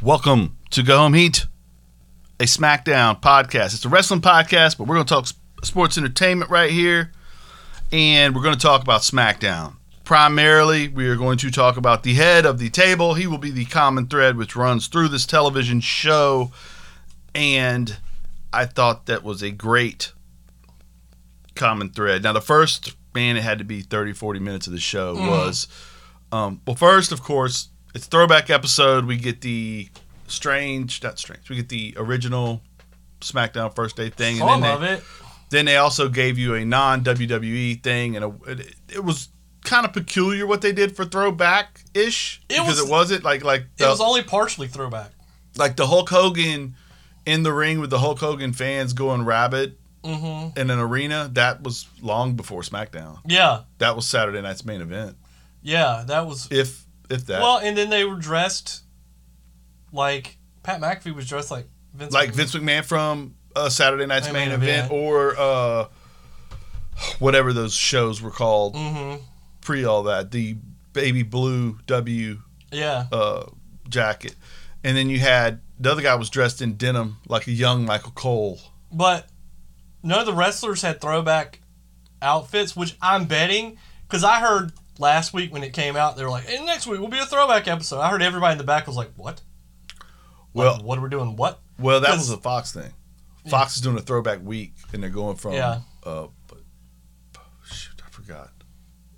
Welcome to Go Home Heat, a SmackDown podcast. It's a wrestling podcast, but we're going to talk s- sports entertainment right here. And we're going to talk about SmackDown. Primarily, we are going to talk about the head of the table. He will be the common thread which runs through this television show. And I thought that was a great common thread. Now, the first, man, it had to be 30, 40 minutes of the show Mm-hmm. was. Um, well, first, of course, it's throwback episode. We get the strange, not strange. We get the original SmackDown first day thing, Some they, of it. then they also gave you a non WWE thing, and a, it, it was kind of peculiar what they did for throwback ish It because was- it wasn't like like the, It was only partially throwback. like the Hulk Hogan in the ring with the Hulk Hogan fans going rabid hmm in an arena. That was long before SmackDown. Yeah, That was Saturday night's main event. yeah, that was. If if that Well, and then they were dressed like Pat McAfee was dressed like Vince. like McMahon. Vince McMahon from uh, Saturday night's Main main, event. event, or uh, whatever those shows were called Mhm. pre all that. The baby blue W E Yeah, uh, jacket, and then you had the other guy was dressed in denim like a young Michael Cole. but none of the wrestlers had throwback outfits, which I'm betting because I heard last week when it came out, they were like, "And next week will be a throwback episode." I heard everybody in the back was like, "What? Well, like, what are we doing? What?" well, that 'cause- was a Fox thing. Fox is doing a throwback week, and they're going from Yeah. Uh, but- shoot, I forgot.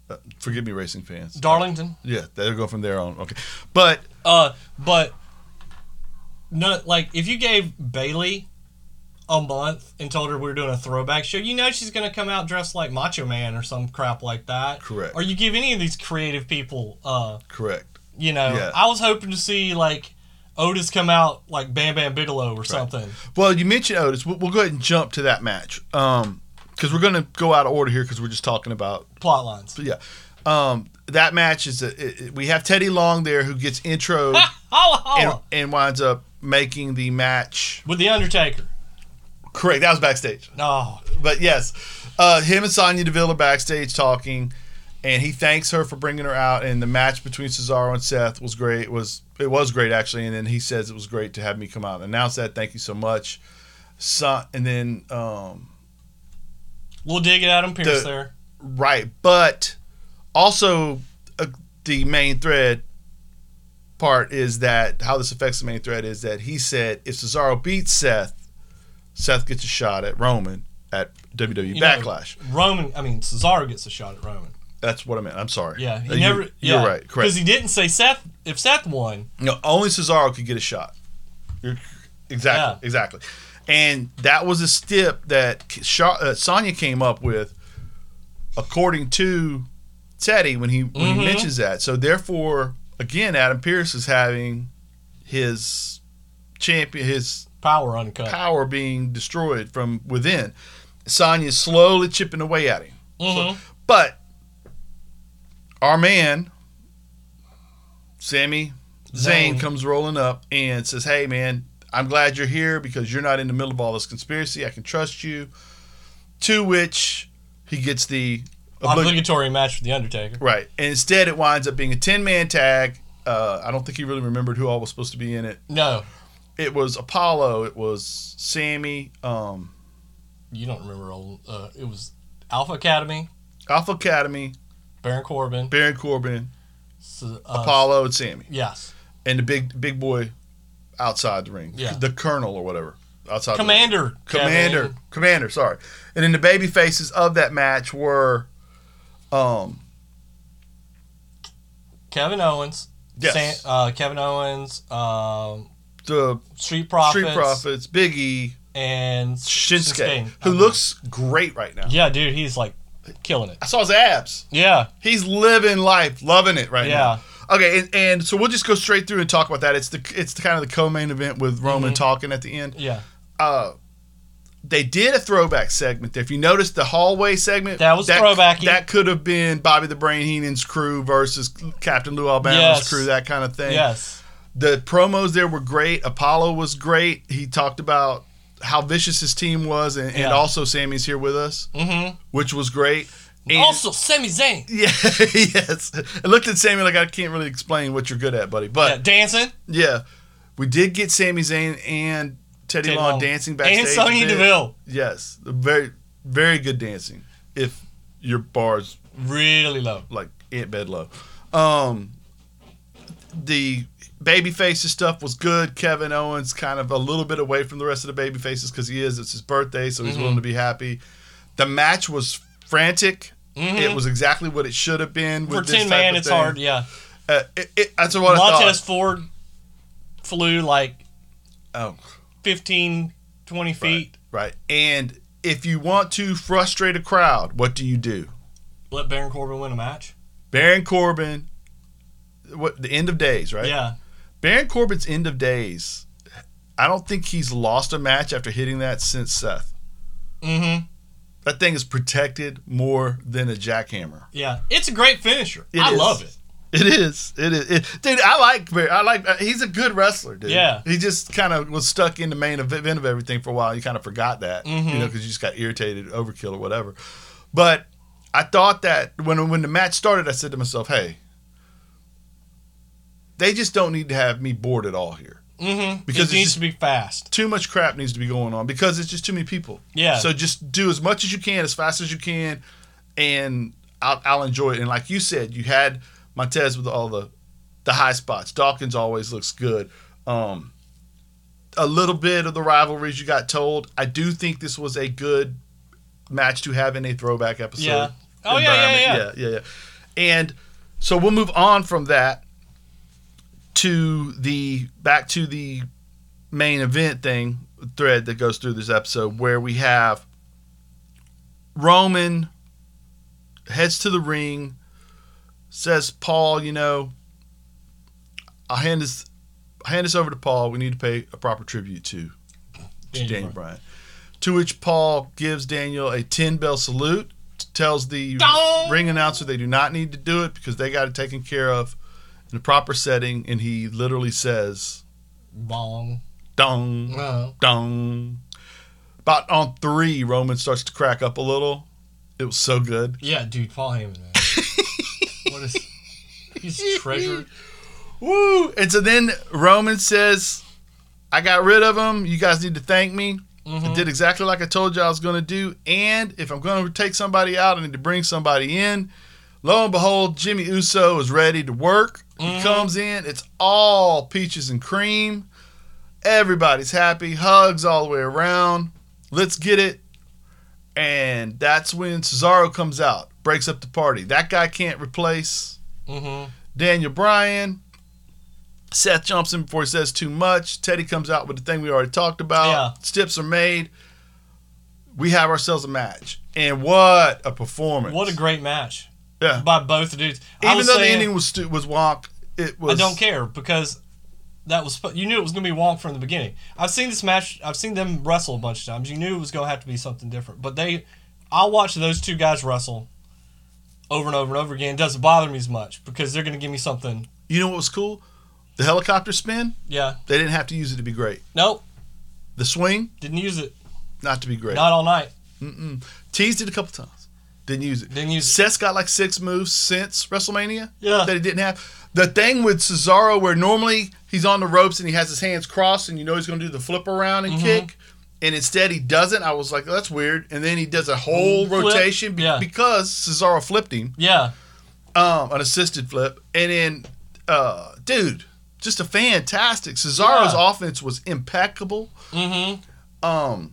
Uh, forgive me, racing fans. Darlington. Yeah, they're going from there on. Okay, but Uh, but no, like if you gave Bailey a month and told her we were doing a throwback show, you know she's gonna come out dressed like Macho Man or some crap like that. Correct. Or you give any of these creative people, uh, correct. you know, Yeah. I was hoping to see like Otis come out like Bam Bam Bigelow or something. Well, you mentioned Otis. We'll, we'll go ahead and jump to that match because we're going to go out of order here because we're just talking about Plot lines. yeah. Um, that match is a, it- it- we have Teddy Long there who gets intro Holla holla and, and winds up making the match. with the Undertaker. Correct. That was backstage. Oh, But yes, uh, him and Sonya Deville are backstage talking, and he thanks her for bringing her out. And the match between Cesaro and Seth was great. It was it was great actually. And then he says it was great to have me come out and announce that. Thank you so much. So, and then um, little dig at Adam Pierce The- there. right, but also uh, the main thread part is that how this affects the main thread is that he said if Cesaro beats Seth, Seth gets a shot at Roman at WWE You know, Backlash. Roman, I mean Cesaro gets a shot at Roman. That's what I meant. I'm sorry. Yeah, Uh, he you- never. You're yeah, right. Because Correct. he didn't say Seth. If Seth won, no, only Cesaro could get a shot. You're, exactly. Yeah. Exactly. And that was a stip that Sha- uh, Sonya came up with, according to Teddy when he when he mentions that. So therefore, again, Adam Pierce is having his champion his power uncut. power being destroyed from within. Sonya's slowly chipping away at him. Mhm. But our man, Sammy Zayn. Zayn, comes rolling up and says, Hey, man, I'm glad you're here because you're not in the middle of all this conspiracy. I can trust you. To which he gets the. oblig- Obligatory match with the Undertaker. right. And instead, it winds up being a 10 man tag. Uh, I don't think he really remembered who all was supposed to be in it. No, It was Apollo. It was Sammy. Um, you don't remember old. Uh, it was Alpha Academy, Alpha Academy, Baron Corbin, Baron Corbin, Ce- uh, Apollo, and Sammy. Yes, and the big big boy outside the ring, Yeah. the colonel or whatever outside Commander. the ring. commander, Kevin. commander. Sorry, and then the baby faces of that match were, um, Kevin Owens. Yes. San- uh, Kevin Owens, um, the Street Profits, Street Profits, Biggie, and Shinsuke, I who mean, looks great right now. Yeah, dude, he's like killing it. I saw his abs. Yeah, He's living life, loving it right Yeah. now. Okay, and, and so we'll just go straight through and talk about that. It's the it's the kind of the co-main event with Roman Mm-hmm. talking at the end. yeah. uh they did a throwback segment. If you notice the hallway segment, That was throwbacky. That could have been Bobby the Brain Heenan's crew versus Captain Lou Albano's Yes. crew, that kind of thing. Yes. The promos there were great. Apollo was great. He talked about how vicious his team was, and, Yeah. and also Sammy's here with us, mm-hmm. which was great. And- also, Sami Zayn. yeah, yes. I looked at Sammy like I can't really explain what you're good at, buddy. But Yeah, dancing. yeah. We did get Sami Zayn and Teddy, Teddy Long, Long. dancing backstage. And Sonny a bit. Deville. Yes, very very good dancing. If your bar's Really low. like Aunt Bedlow. Um, the baby faces stuff was good. Kevin Owens kind of a little bit away from the rest of the baby faces because he is it's his birthday, so he's Mm-hmm. willing to be happy. The match was frantic. It was exactly what it should have been. With Mm-hmm. For this 10 type man, of it's thing. hard. Yeah. Uh, it, it, that's what I Montez thought. Ford flew like Oh, 15, 20 feet. right. And if you want to frustrate a crowd, what do you do? Let Baron Corbin win a match. Baron Corbin, what the end of days, right? Yeah. Baron Corbin's end of days. I don't think he's lost a match after hitting that since Seth. Mm-hmm. That thing is protected more than a jackhammer. Yeah. It's a great finisher. It I is. love it. It is. It is. It, dude, I like Bar- I like uh, he's a good wrestler, dude. Yeah. He just kind of was stuck in the main event of everything for a while. You kind of forgot that, Mhm. you know, cuz you just got irritated, overkill or whatever. But I thought that when when the match started, I said to myself, "Hey, they just don't need to have me bored at all here." Mm-hmm. Because Because it's it needs just- to be fast. too much crap needs to be going on because it's just too many people. Yeah. So just do as much as you can, as fast as you can, and I'll, I'll enjoy it. And like you said, you had Montez with all the the high spots. Dawkins always looks good. Um, a little bit of the rivalries you got told. I do think this was a good match to have in a throwback episode. Yeah. Oh, yeah, yeah, environment. yeah, yeah, yeah. And so we'll move on from that to the back to the main event thing thread that goes through this episode where we have Roman heads to the ring, says Paul, you know, I'll hand this I'll hand this over to Paul. We need to pay a proper tribute to to Daniel Daniel, Bryan. To which Paul gives Daniel a 10 bell salute, tells the Dong! ring announcer they do not need to do it because they got it taken care of in a proper setting. And he literally says, Bong. dong, No. dong. About on three, Roman starts to crack up a little. It was so good. Yeah, dude, Paul Heyman, man. what is. He's treasured. Woo! And so then Roman says, I got rid of him. You guys need to thank me. I Mhm. did exactly like I told you I was going to do. And if I'm going to take somebody out, I need to bring somebody in. Lo and behold, Jimmy Uso is ready to work. He Mhm. comes in. It's all peaches and cream. Everybody's happy. Hugs all the way around. Let's get it. And that's when Cesaro comes out, breaks up the party. That guy can't replace Mm-hmm. Daniel Bryan. Seth jumps in before he says too much. Teddy comes out with the thing we already talked about. Yeah. Stips are made. We have ourselves a match. And what a performance. What a great match. Yeah. By both dudes. I Even was though the saying- ending was stu- was wonk, it was I don't care because that was you knew it was going to be Wonk from the beginning. I've seen this match. I've seen them wrestle a bunch of times. You knew it was going to have to be something different. But they, I'll watch those two guys wrestle over and over and over again. It doesn't bother me as much because they're going to give me something. You know what was cool? The helicopter spin, Yeah. they didn't have to use it to be great. Nope. The swing, Didn't use it. not to be great. Not all night. Mm-mm. Teased it a couple times. Didn't use it. Didn't use it. Seth's got like six moves since WrestleMania Yeah. that he didn't have. The thing with Cesaro, where normally he's on the ropes and he has his hands crossed, and you know he's going to do the flip around Mm-hmm. and kick, and instead he doesn't. I was like, that's weird. And then he does a whole Flip. rotation be- Yeah. because Cesaro flipped him, Yeah. um, an assisted flip, and then, uh, dude, just a fantastic. Cesaro's Yeah. offense was impeccable Mm-hmm. um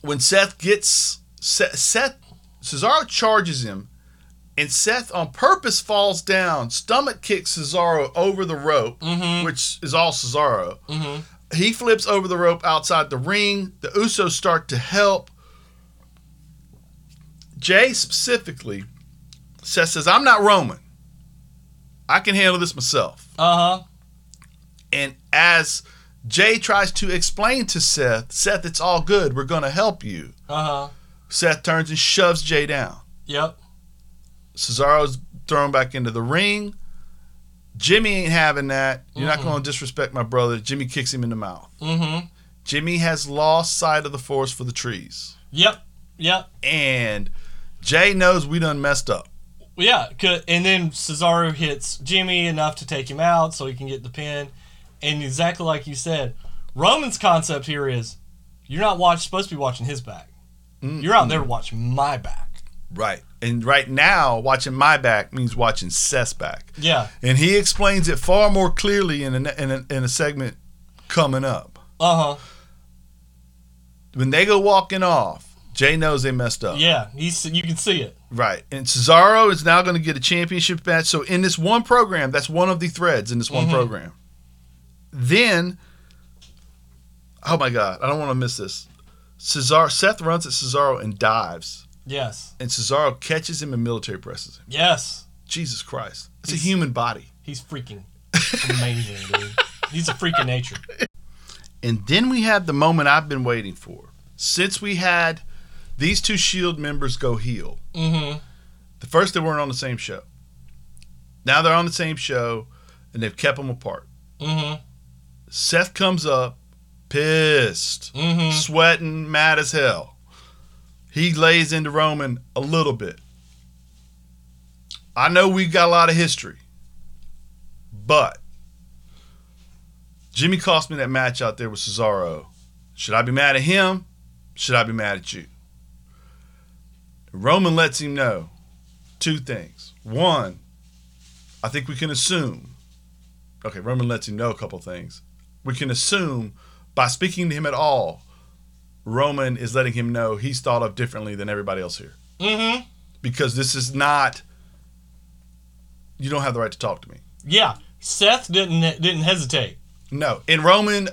when Seth gets Seth, Seth Cesaro charges him and Seth on purpose falls down, stomach kicks Cesaro over the rope, Mhm. which is all Cesaro. Mm-hmm. He flips over the rope outside the ring. The Usos start to help. Jay specifically, Seth says, I'm not Roman. I can handle this myself. Uh huh. And as Jay tries to explain to Seth, Seth, it's all good. We're going to help you. Uh huh. Seth turns and shoves Jay down. Yep. Cesaro's thrown back into the ring. Jimmy ain't having that. You're not Mhm. going to disrespect my brother. Jimmy kicks him in the mouth. Mm-hmm. Jimmy has lost sight of the forest for the trees. Yep. Yep. And Jay knows we done messed up. Well, Yeah, 'cause- and then Cesaro hits Jimmy enough to take him out so he can get the pin. And exactly like you said, Roman's concept here is you're not watch, supposed to be watching his back. You're out there to watch my back. Right. And right now, watching my back means watching Seth's back. Yeah. And he explains it far more clearly in a, in a, in a segment coming up. Uh huh. When they go walking off, Jay knows they messed up. Yeah. He's you can see it. Right. And Cesaro is now going to get a championship match. So in this one program, that's one of the threads in this Mm-hmm. one program. Then, oh my God, I don't want to miss this. Cesaro, Seth runs at Cesaro and dives, Yes. and Cesaro catches him and military presses him. Yes. Jesus Christ. It's He's- a human body. He's freaking amazing, dude. He's a freak of nature. And then we have the moment I've been waiting for. Since we had these two Shield E members go heel, Mm-hmm. the first they weren't on the same show. Now they're on the same show, and they've kept them apart. Mm-hmm. Seth comes up, pissed, Mm-hmm. sweating, mad as hell. He lays into Roman a little bit. I know we've got a lot of history, but Jimmy cost me that match out there with Cesaro. Should I be mad at him? Should I be mad at you? Roman lets him know two things. One, I think we can assume. Okay, Roman lets him know a couple things. We can assume by speaking to him at all, Roman is letting him know he's thought of differently than everybody else here. Mm-hmm. Because this is not, you don't have the right to talk to me. Yeah. Seth didn't didn't hesitate. No. And Roman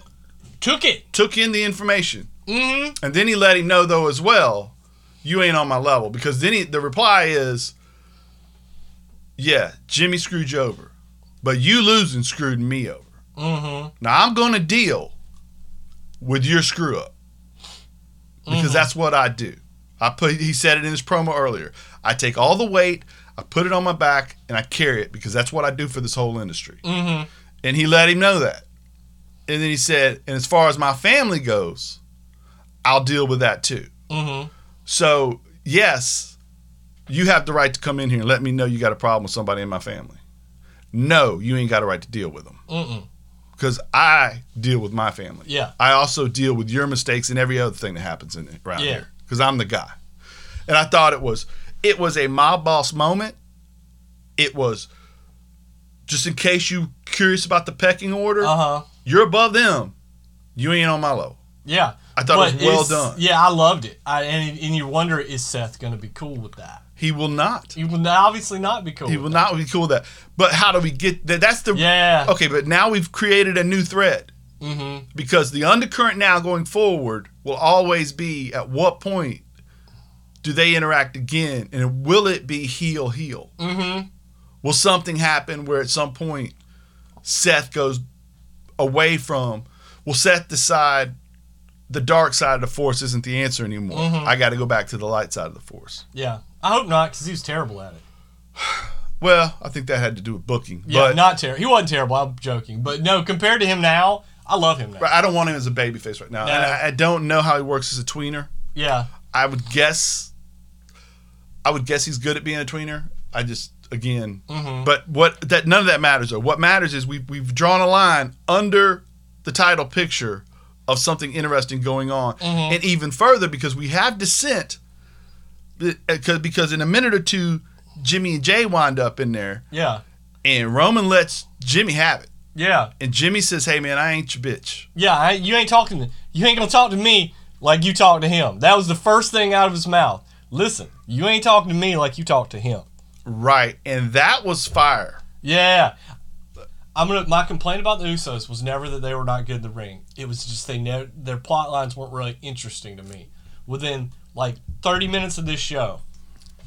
Took it. took in the information. Mm-hmm. And then he let him know, though, as well, you ain't on my level. Because then he, the reply is, yeah, Jimmy screwed you over. But you losing screwed me over. Mm-hmm. Now I'm going to deal with your screw up because that's what I do. I put he said it in his promo earlier. I take all the weight, I put it on my back, and I carry it because that's what I do for this whole industry. Mm-hmm. And he let him know that. And then he said, and as far as my family goes, I'll deal with that too. Mm-hmm. So yes, you have the right to come in here and let me know you got a problem with somebody in my family. No, you ain't got a right to deal with them Mm-mm. because I deal with my family. Yeah. I also deal with your mistakes and every other thing that happens in around Yeah. here because I'm the guy. And I thought it was it was a mob boss moment. It was just in case you curious about the pecking order, Uh-huh. you're above them. You ain't on my level. Yeah. I thought it was well it's- done. Yeah, I loved it. I, and, and you wonder, is Seth going to be cool with that? He will not. He will not- obviously not be cool. He will not be cool with that. But how do we get that? That's the Yeah. okay. But now we've created a new thread. Mm-hmm. because the undercurrent now going forward will always be at what point do they interact again and will it be heel heel Mm-hmm. will something happen where at some point seth goes away from will seth decide the dark side of the force isn't the answer anymore Mm-hmm. i got to go back to the light side of the force Yeah. I hope not, because he was terrible at it. well i think that had to do with booking Yeah, but not terrible. He wasn't terrible. I'm joking. But no, compared to him now, I love him now. but i don't want him as a babyface right now No. and I, I don't know how he works as a tweener Yeah. I would guess. I would guess he's good at being a tweener. I just again, Mm-hmm. but what that none of that matters though. What matters is we we've drawn a line under the title picture of something interesting going on, and even further because we have dissent. Be- Because because in a minute or two, Jimmy and Jay wind up in there, Yeah. and Roman lets Jimmy have it, Yeah. and Jimmy says, "Hey man, I ain't your bitch." Yeah. I, you ain't talking. To, you ain't gonna talk to me like you talk to him. That was the first thing out of his mouth. Listen, you ain't talking to me like you talk to him. Right, and that was fire. Yeah. I'm gonna. My complaint about the Usos was never that they were not good in the ring. It was just they never their plot lines weren't really interesting to me. Within like 30 minutes of this show,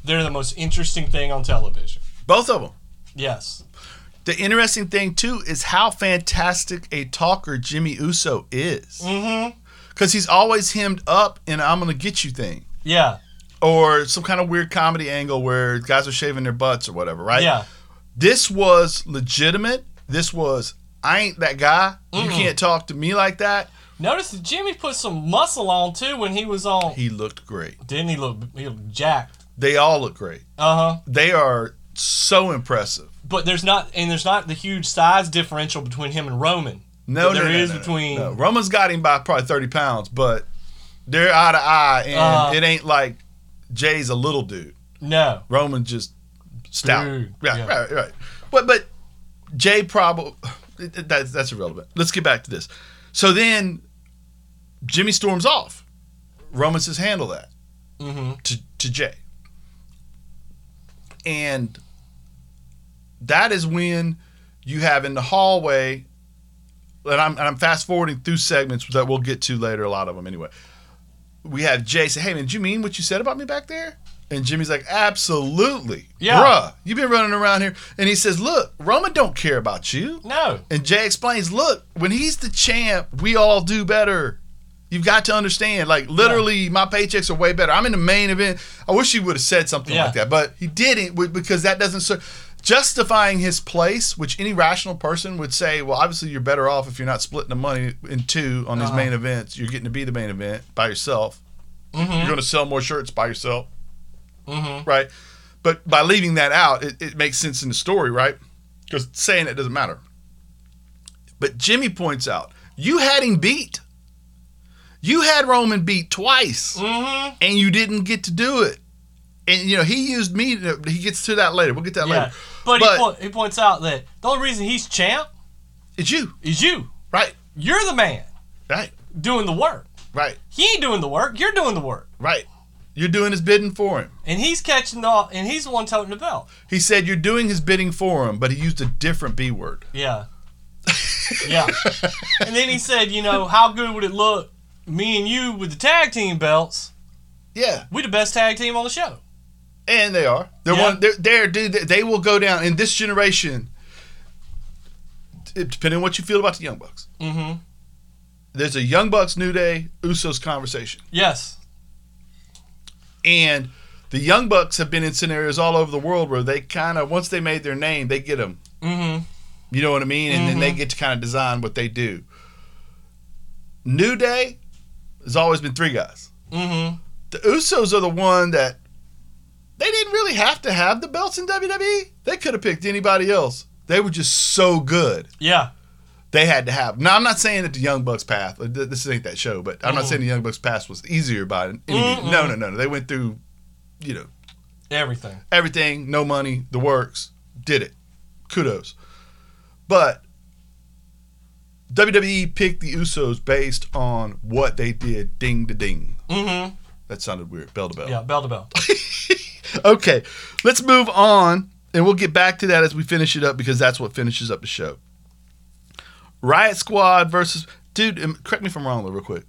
they're the most interesting thing on television. Both of them. Yes. The interesting thing too is how fantastic a talker Jimmy Uso is, Mm-hmm. because he's always hemmed up in "I'm gonna get you" thing Yeah. or some kind of weird comedy angle where guys are shaving their butts or whatever. Right? Yeah. This was legitimate. This was I ain't that guy. You can't talk to me like that. Notice that Jimmy put some muscle on too when he was on. He looked great. Didn't he look? He looked jacked. They all look great. Uh huh. They are so impressive. But there's not, and there's not the huge size differential between him and Roman. No, there no, no, is no, no, between- no. Roman's got him by probably thirty pounds, but they're eye to eye, and Uh-huh. it ain't like Jay's a little dude. No. Roman just stout. Dude, yeah, yeah. right, right. But but Jay probably that's that's irrelevant. Let's get back to this. So then Jimmy storms off. Roman says handle that Mm-hmm. to to Jay, and that is when you have in the hallway. And I'm, and I'm fast forwarding through segments that we'll get to later, a lot of them anyway. We have Jay say, Hey, man, did you mean what you said about me back there? And Jimmy's like, Absolutely. Yeah. Bruh, you've been running around here. And he says, Look, Roman don't care about you. No. And Jay explains, look, when he's the champ, we all do better. You've got to understand. Like literally, my paychecks are way better. I'm in the main event. I wish he would have said something Yeah. like that, but he didn't wi- because that doesn't serve justifying his place, which any rational person would say, well, obviously you're better off if you're not splitting the money in two on these Uh-huh. main events. You're getting to be the main event by yourself. You're Mm-hmm. going to sell more shirts by yourself, Mm-hmm. right? But by leaving that out, it, it makes sense in the story, right? Because saying it doesn't matter. But Jimmy points out, you had him beat. You had Roman beat twice, Mm-hmm. and you didn't get to do it. And you know he used me. To, he gets to that later. We'll get to that Yeah. later. But, But- he, point, he points out that the only reason he's champ It's you, is you. right? You're the man Right? doing the work. Right? He ain't doing the work. You're doing the work. Right? You're doing his bidding for him. And he's catching the and he's the one toting the belt. He said you're doing his bidding for him, but he used a different B word. Yeah. yeah. And then he said, you know, how good would it look, me and you with the tag team belts? Yeah, We the best tag team on the show. and they are. They're Yeah. one. They're, they're dude. They they will go down in this generation. it- Depending on what you feel about the Young Bucks, Mm-hmm. there's a Young Bucks New Day Usos conversation. Yes. And the Young Bucks have been in scenarios all over the world where they kind of, once they made their name, they get them. Mm-hmm. You know what I mean? And then they get to kind of design what they do. New Day has always been three guys. Mm-hmm. The Usos are the one that they didn't really have to have the belts in WWE. They could have picked anybody else. They were just so good. Yeah. They had to have. Now, I'm not saying that the Young Bucks path, uh, th- this ain't that show, but I'm not saying the Young Bucks path was easier by any means. No, no, no, no. They went through, you know, Everything. everything, no money, the works, did it. Kudos. But WWE picked the Usos based on what they did ding to ding. Mm-hmm. That sounded weird, bell to bell. Yeah, bell to bell. Okay, let's move on and we'll get back to that as we finish it up because that's what finishes up the show. Riot Squad versus dude, um, correct me if I'm wrong though, real quick.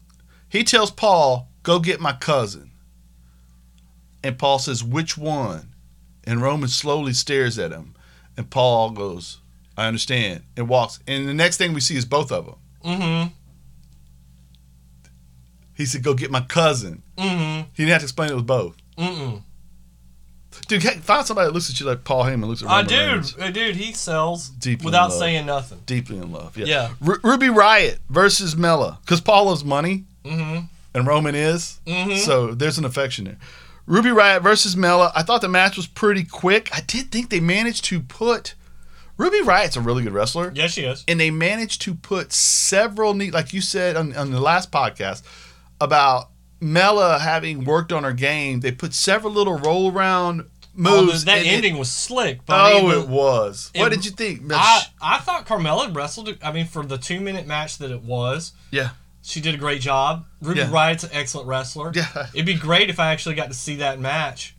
He tells Paul, "Go get my cousin." And Paul says, "Which one?" And Roman slowly stares at him, and Paul goes, "I understand," and walks. And the next thing we see is both of them. Mm-hmm. He said, "Go get my cousin." Mm-hmm. He didn't have to explain it was both. Mm-mm. Dude, find somebody that looks at you like Paul Heyman looks at I Roman. dude, Reigns. uh, dude, he sells Deeply without in love. saying nothing. deeply in love. Yeah. Yeah. Ru- Ruby Riot versus Mella, because Paul loves money Mm-hmm. and Roman is, Mhm. so there's an affection there. Ruby Riot versus Mella. I thought the match was pretty quick. I did think they managed to put Ruby Riot's a really good wrestler, Yes, she is. and they managed to put several neat, like you said on, on the last podcast about Mella having worked on her game. They put several little roll around Although moves. Oh, that and it- ending was slick. But I oh, mean, it was. what it- did you think? I, I thought Carmella wrestled. I mean, for the two minute match that it was, yeah, she did a great job. Ruby Yeah. Riot's an excellent wrestler. yeah. It'd be great if I actually got to see that match.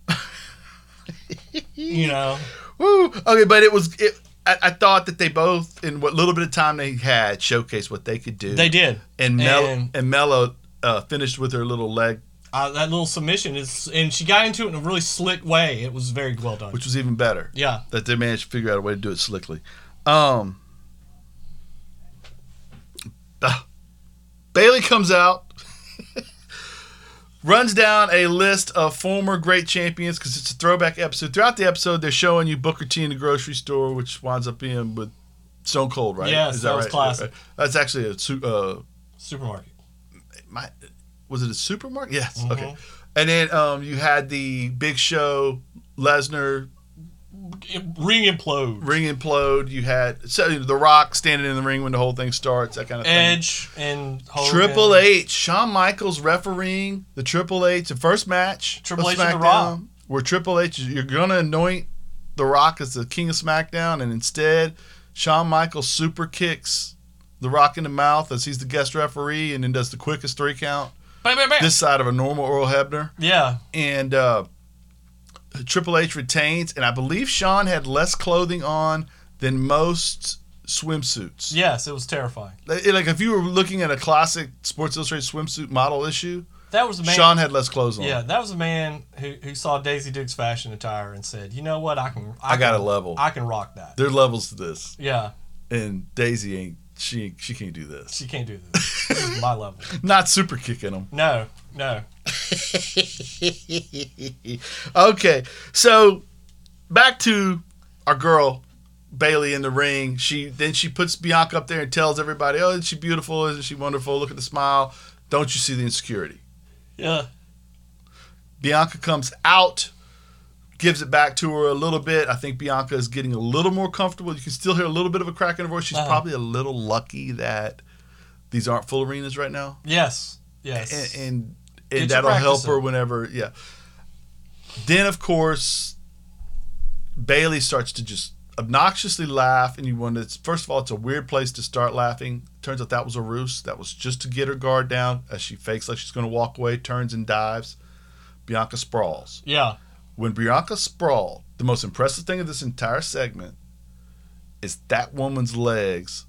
you know, Woo. Okay, but it was. It, I, I thought that they both, in what little bit of time they had, showcased what they could do. they did. And Mel and, and- Mello uh, finished with her little leg, Uh, that little submission is, and she got into it in a really slick way. It was very well done. which was even better. yeah. That they managed to figure out a way to do it slickly. Um, ah, Bailey comes out. Runs down a list of former great champions because it's a throwback episode. Throughout the episode, they're showing you Booker T in the grocery store, which winds up being with Stone Cold, right? Yes, that was classic. That's actually a su- uh, Supermarket. my was it a supermarket? Yes. Mhm. Okay. And then um, you had the Big Show, Lesnar, ring implodes. Ring implode. You had so the Rock standing in the ring when the whole thing starts. That kind of thing. Edge and Hogan. Triple H, Shawn Michaels refereeing the Triple H, the first match. Triple of H and The SmackDown, Rock. Where Triple H, you're going to anoint The Rock as the king of SmackDown, and instead, Shawn Michaels super kicks The Rock in the mouth as he's the guest referee and then does the quickest three count Bam, bam, bam. this side of a normal Earl Hebner. yeah. And uh, Triple H retains, and I believe Shawn had less clothing on than most swimsuits. Yes, it was terrifying. Like like, if you were looking at a classic Sports Illustrated swimsuit model issue, That was a man. Sean had less clothes on. yeah, that was a man who, who saw Daisy Duke's fashion attire and said, "You know what? I can. I got can- a level. I can rock that." There are levels to this, Yeah, and Daisy ain't. She she can't do this. she can't do this. this is my level. Not super kicking him. No, no. okay, so back to our girl Bailey in the ring. She then she puts Bianca up there and tells everybody, "Oh, isn't she beautiful? Isn't she wonderful? Look at the smile. Don't you see the insecurity?" Yeah, Bianca comes out, gives it back to her a little bit. I think Bianca is getting a little more comfortable. You can still hear a little bit of a crack in her voice. She's Uh-huh. probably a little lucky that these aren't full arenas right now, yes, and yes. and, your and that'll help practice her in. whenever. Yeah. Then of course, Bailey starts to just obnoxiously laugh, and you wonder. First of all, it's a weird place to start laughing. Turns out that was a ruse. That was just to get her guard down as she fakes like she's going to walk away, turns and dives. Bianca sprawls. yeah, When Bianca sprawled, the most impressive thing of this entire segment is that woman's legs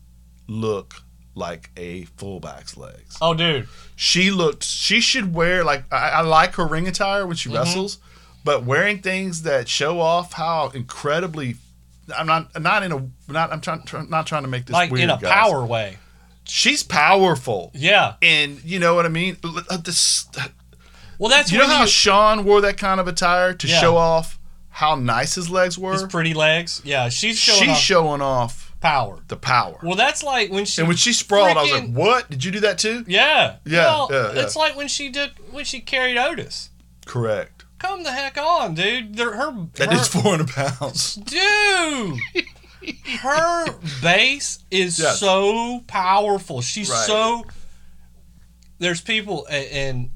look like a fullback's legs. oh, dude, She looked. She should wear like I, I like her ring attire when she Mm-hmm. wrestles, but wearing things that show off how incredibly. I'm not not in a not I'm trying try, not trying to make this like weird, in a guys. power way. She's powerful, Yeah. and you know what I mean. L- uh, This, Well, that's you know when how Sean wore that kind of attire to Yeah. show off how nice his legs were. his pretty legs. Yeah, she's showing she's off showing off power. the power. Well, that's like when she and when she sprawled, I was freaking- like, "What? Did you do that too?" Yeah. Yeah, Well, yeah, yeah. It's like when she did when she carried Otis. Correct. Come the heck on, dude. They're, her, That her is four hundred pounds. dude. her base is Yes. so powerful. She's Right. so. There's people a- and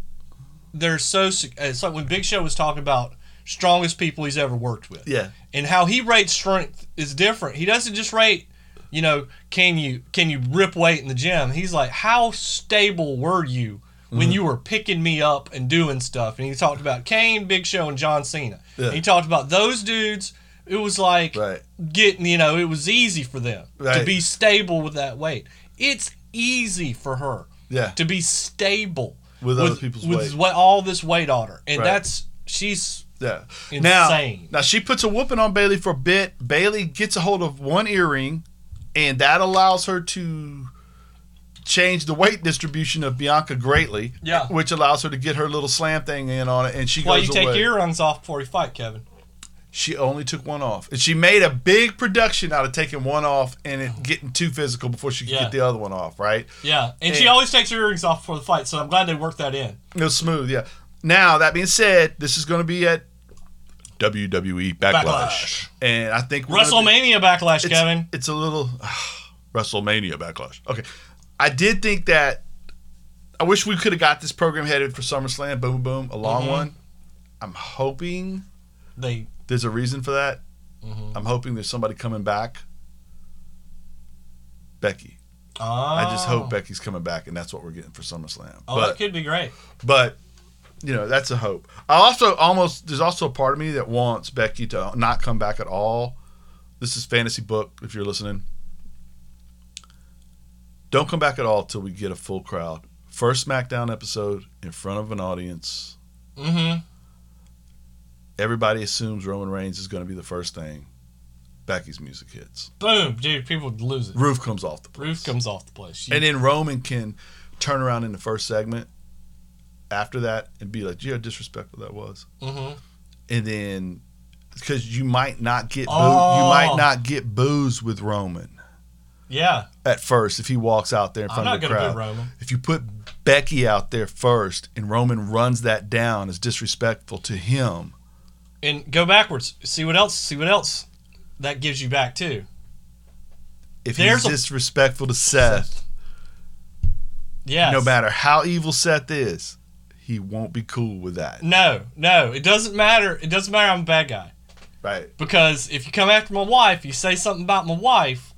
they're so. sec- It's like when Big Show was talking about strongest people he's ever worked with. Yeah. and how he rates strength is different. He doesn't just rate, you know, can you can you rip weight in the gym? He's like, how stable were you Mm-hmm. when you were picking me up and doing stuff? And he talked about Kane, Big Show, and John Cena. Yeah. He talked about those dudes. It was like Right. getting, you know, it was easy for them to Right. be stable with that weight. It's easy for her Yeah. to be stable With other people's with weight. wa- all this weight on her, and Right. that's she's Yeah. Insane. Now, now she puts a whooping on Bailey for a bit. Bailey gets a hold of one earring, and that allows her to change the weight distribution of Bianca greatly. Yeah. Which allows her to get her little slam thing in on it, and she why goes you take away. your earrings off before you fight, Kevin. she only took one off, and she made a big production out of taking one off and it getting too physical before she could Yeah. get the other one off. Right. Yeah, and she And- always takes her earrings off before the fight, so I'm glad they worked that in. It was smooth, yeah. Now that being said, this is going to be at WWE Backlash, Backlash. and I think we're gonna be- WrestleMania backlash, it's, Kevin. It's a little WrestleMania Backlash. Okay, I did think that. I wish we could have got this program headed for SummerSlam. Boom, boom, a Mm-hmm. long one. I'm hoping They there's a reason for that. Mm-hmm. I'm hoping there's somebody coming back. Becky. I just hope Becky's coming back, and that's what we're getting for SummerSlam. Oh, that could be great. But you know, that's a hope. I also almost there's also a part of me that wants Becky to not come back at all. This is fantasy book if you're listening. Don't come back at all till we get a full crowd. First SmackDown episode in front of an audience. Mm-hmm. Everybody assumes Roman Reigns is going to be the first thing. Becky's music hits. Boom, dude. People would lose it. Roof comes off the Roof comes off the place. You- And then Roman can turn around in the first segment after that and be like, "Gee, how disrespectful that was." Mhm. and then because you might not get boo- Oh. you might not get booze with Roman Yeah, at first if he walks out there in I'm front not of the gonna crowd. do Roman. If you put Becky out there first and Roman runs that down as disrespectful to him, and go backwards. See what else. See what else that gives you back too. If There's he's a- disrespectful to Seth, Yes. no matter how evil Seth is, he won't be cool with that. No, no. It doesn't matter. It doesn't matter. I'm a bad guy Right. because if you come after my wife, you say something about my wife,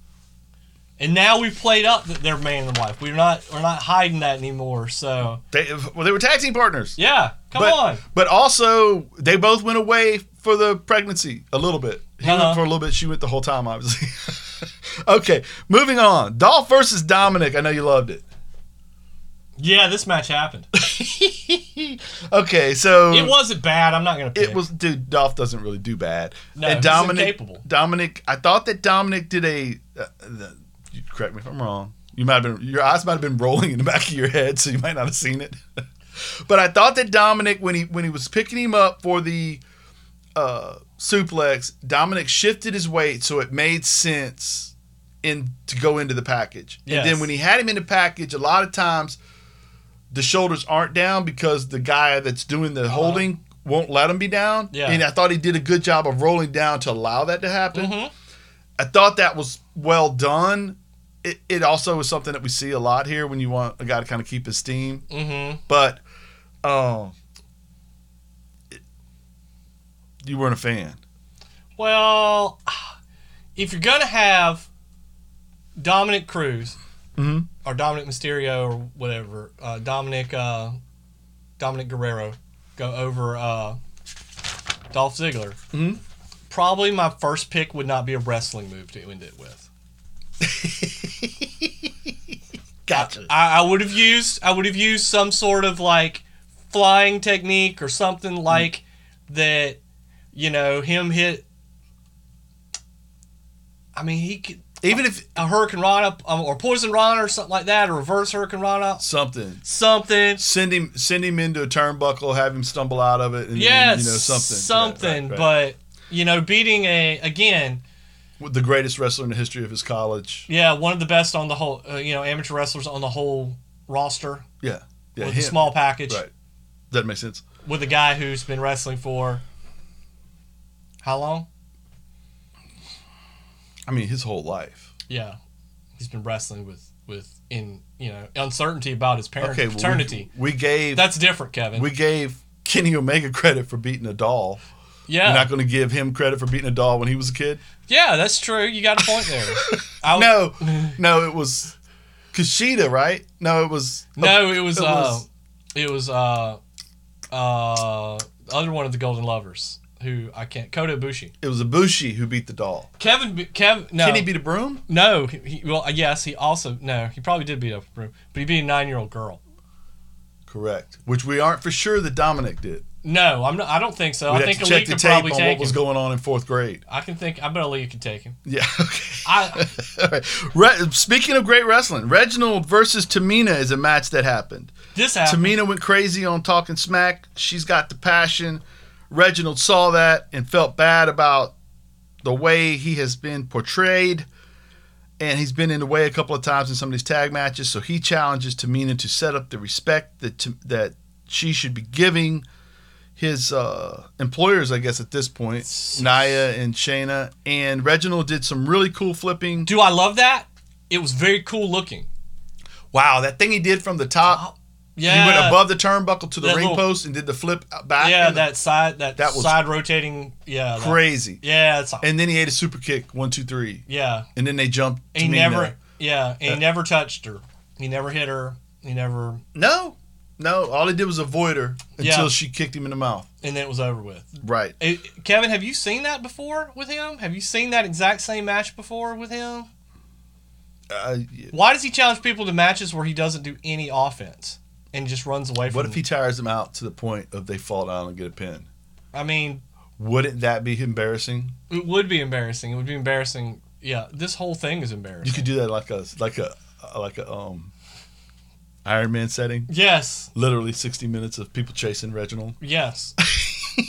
and now we played up that they're man and wife. We're not. We're not hiding that anymore. So They well, they were tag team partners. yeah, come but, on. But also, they both went away for the pregnancy a little bit. He Uh-huh. went for a little bit. She went the whole time, obviously. okay, moving on. Dolph versus Dominic. I know you loved it. Yeah, this match happened. okay, so It wasn't bad. I'm not gonna. Pick. It was dude. Dolph doesn't really do bad. No, he's incapable. Dominic. I thought that Dominic did a. Uh, the, you correct me if I'm wrong. You might have been. Your eyes might have been rolling in the back of your head, so you might not have seen it. but I thought that Dominic, when he when he was picking him up for the uh, suplex, Dominic shifted his weight so it made sense in to go into the package. Yes. And then when he had him in the package, a lot of times the shoulders aren't down because the guy that's doing the holding won't let him be down. Yeah. And I thought he did a good job of rolling down to allow that to happen. Mhm. I thought that was well done. It, it also is something that we see a lot here when you want a guy to kind of keep his steam. Mm-hmm. But um, it- you weren't a fan. Well, if you're gonna have Dominic Cruz Mhm. or Dominic Mysterio or whatever, uh, Dominic uh, Dominic Guerrero go over uh, Dolph Ziggler, Mhm. probably my first pick would not be a wrestling move to end it with. Gotcha. I, I would have used I would have used some sort of like flying technique or something like that. You know, him hit. I mean, he could Even if a Hurricane Rana um, or Poison Rana or something like that, or Reverse Hurricane Rana, something. something. Send him, send him into a turnbuckle, have him stumble out of it, and, Yeah, and, you know something, something. Yeah, right, right. But you know, beating a again, With the greatest wrestler in the history of his college. yeah, one of the best on the whole, uh, you know, amateur wrestlers on the whole roster Yeah, yeah, with him. a small package Right. That makes sense. with a guy who's been wrestling for how long? I mean, his whole life. Yeah, he's been wrestling with with in you know uncertainty about his parent Okay, well, we- paternity. We, gave That's different, Kevin. we gave Kenny Omega credit for beating a doll. yeah, We're not going to give him credit for beating a doll when he was a kid. yeah, that's true. You got a point there. I, No, no, it was Kushida, right? No, it was No, it was, It uh, was- it was uh, uh, the other one of the Golden Lovers who I can't Kota Ibushi. it was Ibushi who beat the doll. Kevin B- Kevin no Kenny beat a broom. no he, he- well uh, yes he also no he probably did beat up Rue, but he beat a nine year old girl. Correct. Which we aren't for sure that Dominic did. No, I'm not. I don't think so. We'd I have think to check Elite the could tape probably on take what him. was going on in fourth grade. I can think. I bet Elite could take him. Yeah. Okay. I All right. Re- speaking of great wrestling, Reginald versus Tamina is a match that happened. this happened. Tamina went crazy on talking smack. She's got the passion. Reginald saw that and felt bad about the way he has been portrayed. And he's been in the way a couple of times in some of these tag matches. So he challenges Tamina to set up the respect that that she should be giving his uh, employers, I guess, at this point, Naya and Shayna. And Reginald did some really cool flipping. Do I love that? It was very cool looking. Wow, that thing he did from the top. Oh, Yeah. He went above the turnbuckle to the That ring little- post and did the flip back. Yeah, and the- that side that, That was side rotating. Yeah. that- crazy. yeah, it's And then he ate a super kick, one, two, three, yeah. and then they jumped. And he Tamina. never, yeah, and Uh, he never touched her. He never hit her. He never, No, no. All he did was avoid her until Yeah. she kicked him in the mouth. and then it was over with. Right. It- Kevin, have you seen that before with him? Have you seen that exact same match before with him? Uh, yeah. Why does he challenge people to matches where he doesn't do any offense and just runs away from? what if he tires them out to the point of they fall down and get a pin? I mean, Wouldn't that be embarrassing? it would be embarrassing. It would be embarrassing. Yeah, this whole thing is You embarrassing. could do that like a like a like a um Iron Man setting. yes, Literally sixty minutes of people chasing Reginald. yes.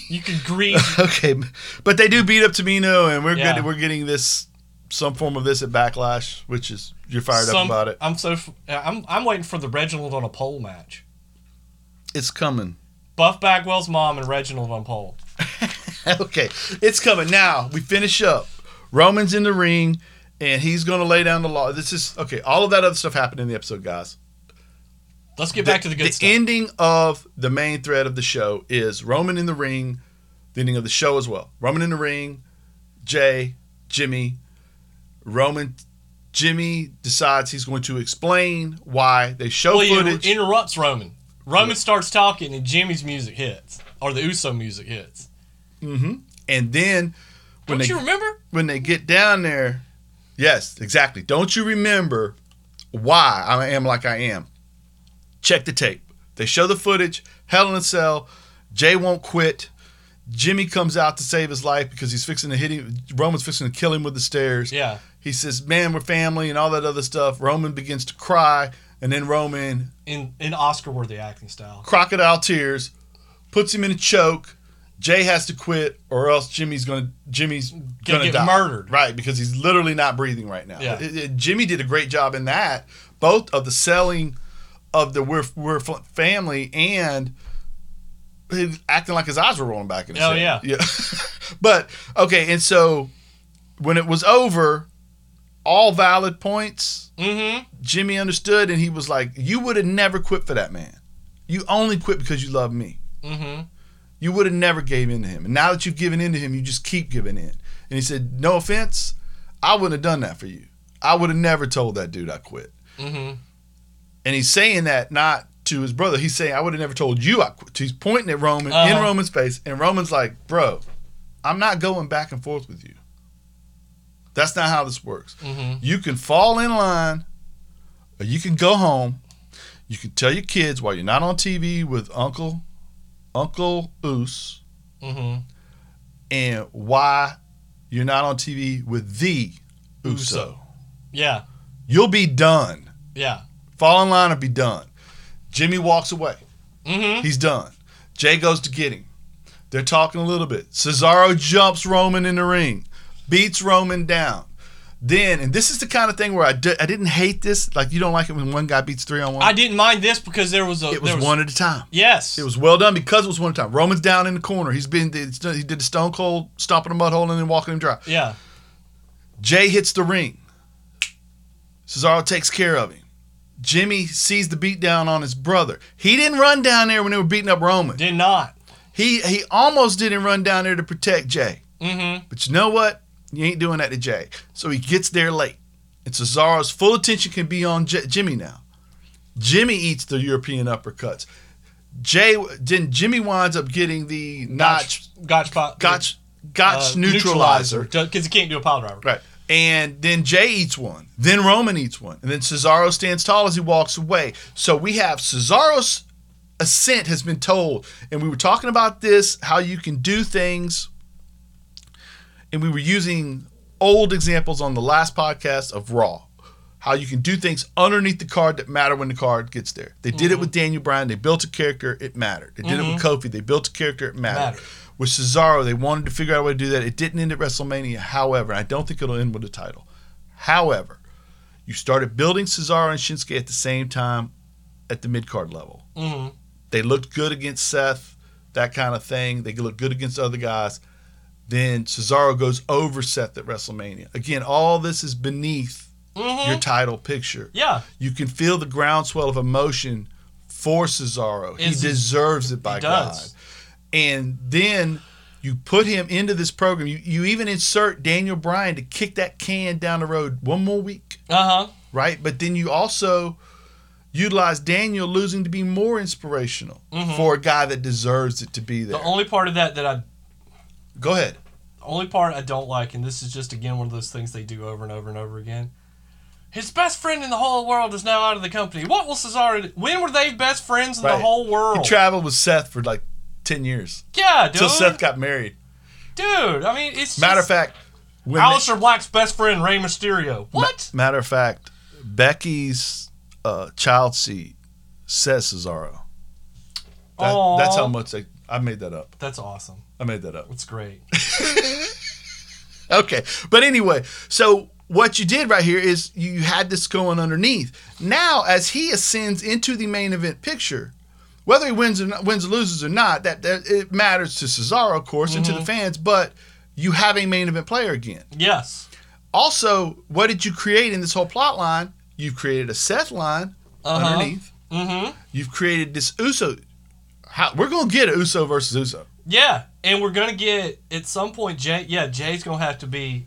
you could grease. okay, but they do beat up Tamino, and we're Yeah. good, we're getting this some form of this at Backlash, which is you're fired up some- about it. I'm so. f- I'm I'm waiting for the Reginald on a pole match. It's coming. Buff Bagwell's mom and Reginald on pole. okay, it's coming now. We finish up. Roman's in the ring, and he's going to lay down the law. This is okay. All of that other stuff happened in the episode, guys. Let's get back to the good stuff. ending of the main thread of the show is Roman in the ring. The ending of the show as well. Roman in the ring. Jay, Jimmy, Roman. Jimmy decides he's going to explain why they show well, he footage. interrupts Roman. Roman starts talking, and Jimmy's music hits, or the Uso music hits. and then when Don't they you remember? when they get down there, yes, exactly. Don't you remember why I am like I am? Check the tape. They show the footage. Hell in a cell. Jay won't quit. Jimmy comes out to save his life because he's fixing to hit him. Roman's fixing to kill him with the stairs. Yeah. He says, "Man, we're family," and all that other stuff. Roman begins to cry, and then Roman In in Oscar-worthy acting style. crocodile tears, puts him in a choke. Jay has to quit, or else Jimmy's gonna Jimmy's gonna, get die. murdered. right? Because he's literally not breathing right now. Yeah. It- it- Jimmy did a great job in that, both of the selling of the we're we're fl- family and his acting like his eyes were rolling back in his Oh, head. yeah, but okay, and so when it was over, all valid points. Mm-hmm. Jimmy understood, and he was like, "You would have never quit for that man. You only quit because you love me. Mm-hmm. You would have never gave in to him. And now that you've given in to him, you just keep giving in." And he said, "No offense, I wouldn't have done that for you. I would have never told that dude I quit." Mm-hmm. And he's saying that not to his brother. He's saying, "I would have never told you I quit." He's pointing at Roman in Uh-huh. Roman's face, and Roman's like, "Bro, I'm not going back and forth with you. That's not how this works." Mm-hmm. You can fall in line, or you can go home. You can tell your kids while you're not on TV with Uncle Uncle Oos Mm-hmm. and why you're not on TV with the Uso. Yeah. You'll be done. Yeah. Fall in line or be done. Jimmy walks away. Mm-hmm. He's done. Jay goes to get him. They're talking a little bit. Cesaro jumps Roman in the ring, beats Roman down. Then, and this is the kind of thing where I, di- I didn't hate this. Like, you don't like it when one guy beats three on one. I didn't mind this because there was a it was, there was one at a time. Yes. It was well done because it was one at a time. Roman's down in the corner. He's been, he's done- he did the stone cold, stomping the mud hole, and then walking him dry. Yeah. Jay hits the ring. Cesaro takes care of him. Jimmy sees the beatdown on his brother. He didn't run down there when they were beating up Roman. Did not. He he almost didn't run down there to protect Jay. Mm-hmm. But you know what? You ain't doing that to Jay. So he gets there late. And Cesaro's full attention can be on J- Jimmy now. Jimmy eats the European uppercuts. Jay then Jimmy winds up getting the notch Gotch. Gotch. gotch gotch neutralizer. Because he can't do a pile driver. Right. And then Jay eats one. Then Roman eats one. And then Cesaro stands tall as he walks away. So we have Cesaro's ascent has been told. And we were talking about this, how you can do things. And we were using old examples on the last podcast of Raw. How you can do things underneath the card that matter when the card gets there. They did it with Daniel Bryan. They built a character. It mattered. They did it with Kofi. They built a character. It mattered. Mattered. With Cesaro, they wanted to figure out a way to do that. It didn't end at WrestleMania. However, I don't think it'll end with a title. However, you started building Cesaro and Shinsuke at the same time at the mid card level. Mm-hmm. They looked good against Seth, that kind of thing. They looked good against other guys. Then Cesaro goes over Seth at WrestleMania. Again, all this is beneath Mm-hmm. your title picture. Yeah. You can feel the groundswell of emotion for Cesaro. Is- he deserves it by he does. God. And then you put him into this program. You, you even insert Daniel Bryan to kick that can down the road one more week, Uh huh. right? But then you also utilize Daniel losing to be more inspirational Mhm. for a guy that deserves it to be there. The only part of that that I Go ahead. only part I don't like, and this is just again one of those things they do over and over and over again. His best friend in the whole world is now out of the company. What will Cesaro? do? When were they best friends in Right. the whole He world? traveled with Seth for like 10 years yeah, dude. until Seth got married. dude, I mean, it's Matter of just, fact, when they- Aleister Black's best friend Rey Mysterio. What? Matter of fact, Becky's uh, child seat says Cesaro. That, Aw. that's how much they, I made that up. That's awesome. I made that up. That's great. Okay, but anyway, so what you did right here is you, you had this going underneath. Now, as he ascends into the main event picture, whether he wins or not, wins or loses or not, that, that it matters to Cesaro, of course, and to the fans. But you have a main event player again. Yes. Also, what did you create in this whole plot line? You've created a Seth line Uh-huh. underneath. Mm-hmm. You've created this Uso. How, we're gonna get a Uso versus Uso. Yeah, and we're gonna get at some point. Jay, yeah, Jay's gonna have to be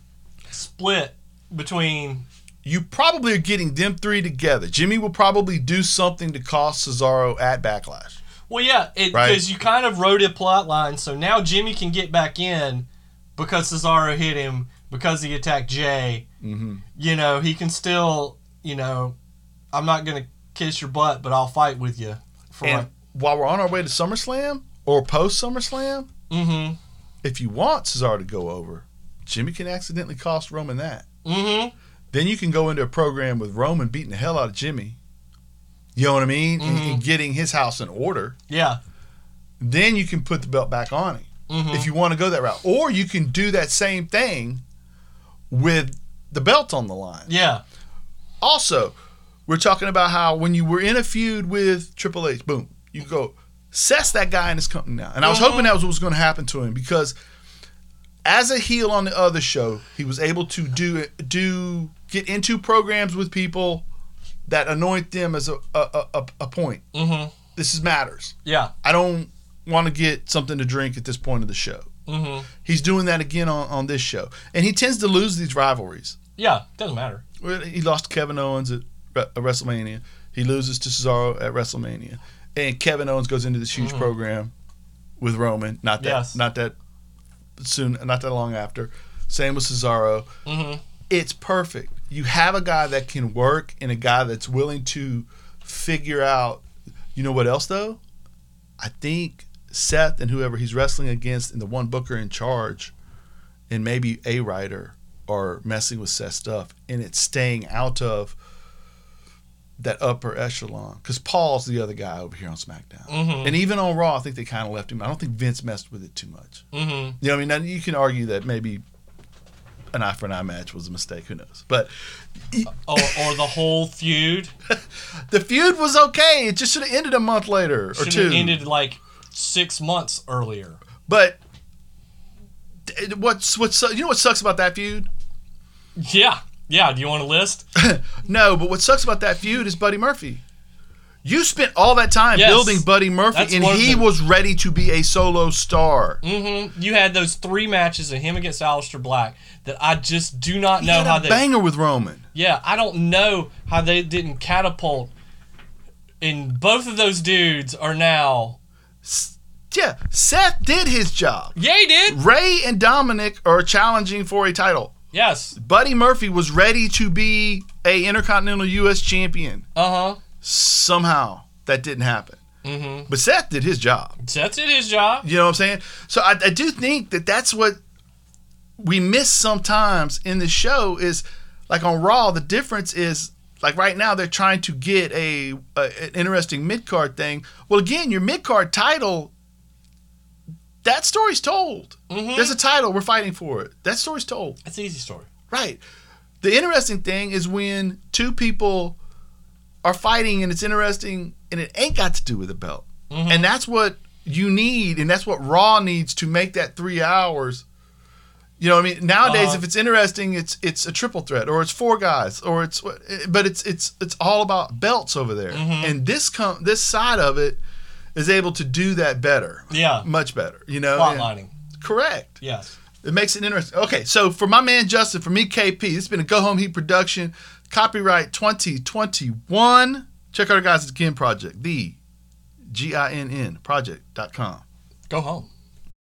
split between. You probably are getting them three together. Jimmy will probably do something to cost Cesaro at Backlash. Well, yeah, because Right. you kind of wrote a plot line, so now Jimmy can get back in because Cesaro hit him because he attacked Jay. Mm-hmm. You know, he can still. You know, I'm not gonna kiss your butt, but I'll fight with you. For And while we're on our way to SummerSlam or post SummerSlam, mm-hmm. if you want Cesaro to go over, Jimmy can accidentally cost Roman that. Mm-hmm. Then you can go into a program with Roman beating the hell out of Jimmy. You know what I mean? And- Mhm. and getting his house in order. Yeah. Then you can put the belt back on him. Mm-hmm. if you want to go that route. Or you can do that same thing with the belt on the line. yeah. Also, we're talking about how when you were in a feud with Triple H, boom, you go cess that guy in his company now. And I was Mhm. hoping that was what was going to happen to him because as a heel on the other show, he was able to do do get into programs with people that anoint them as a a, a, a- a point. Mm-hmm. This is matters. Yeah. I don't want to get something to drink at this point of the show. Mm-hmm. He's doing that again on, on this show. And he tends to lose these rivalries. Yeah. Doesn't matter. Well, He lost to Kevin Owens at Re- at WrestleMania. He loses to Cesaro at WrestleMania. And Kevin Owens goes into this huge program with Roman. Not that Mm-hmm. Yes. not that soon not that long after. Same with Cesaro. Mm-hmm. It's perfect. You have a guy that can work and a guy that's willing to figure out you know what else though? I think Seth and whoever he's wrestling against and the one booker in charge and maybe a writer are messing with Seth stuff and it's staying out of that upper echelon because Paul's the other guy over here on SmackDown. Mhm. And even on Raw, I think they kind of left him. I don't think Vince messed with it too much. Mm-hmm. You know, what I mean, now you can argue that maybe an eye for an eye match was a mistake. Who knows? But or, or the whole feud the feud was okay. It just should have ended a month later or should two. have ended like six months earlier. But th- what's what's su- you know what sucks about that feud? Yeah, yeah. Do you want a list? No, but what sucks about that feud is Buddy Murphy. You spent all that time Yes. building Buddy Murphy, That's and one of he the- was ready to be a solo star. Mm-hmm. You had those three matches of him against Aleister Black that I just do not He know had how a they. banger with Roman. Yeah, I don't know how they didn't catapult. And both of those dudes are now. S- yeah, Seth did his job. Yeah, he did. Ray and Dominic are challenging for a title. Yes. Buddy Murphy was ready to be a Intercontinental U.S. champion. Uh huh. Somehow that didn't happen. Mm-hmm. But Seth did his job. Seth did his job. You know what I'm saying? So I, I do think that that's what we miss sometimes in the show is like on Raw. The difference is like right now they're trying to get a, a an interesting mid card thing. Well, again, your mid card title. That story's told. Mhm. There's a title. We're fighting for it. That story's told. That's an easy story. Right. The interesting thing is when two people are fighting and it's interesting and it ain't got to do with the belt. Mhm. And that's what you need and that's what Raw needs to make that three hours. You know what I mean? Nowadays Uh-huh. if it's interesting it's it's a triple threat or it's four guys or it's but it's it's it's all about belts over there. Mm-hmm. And this com- this side of it is able to do that better. Yeah. Much better, you know? And- Plotlining. Correct. Yes. It makes it interesting. Okay, so for my man Justin, for me KP, it's been a Go Home Heat production, copyright 2021. Check out our guys at the GIN Project, the G I N N project.com. Go home.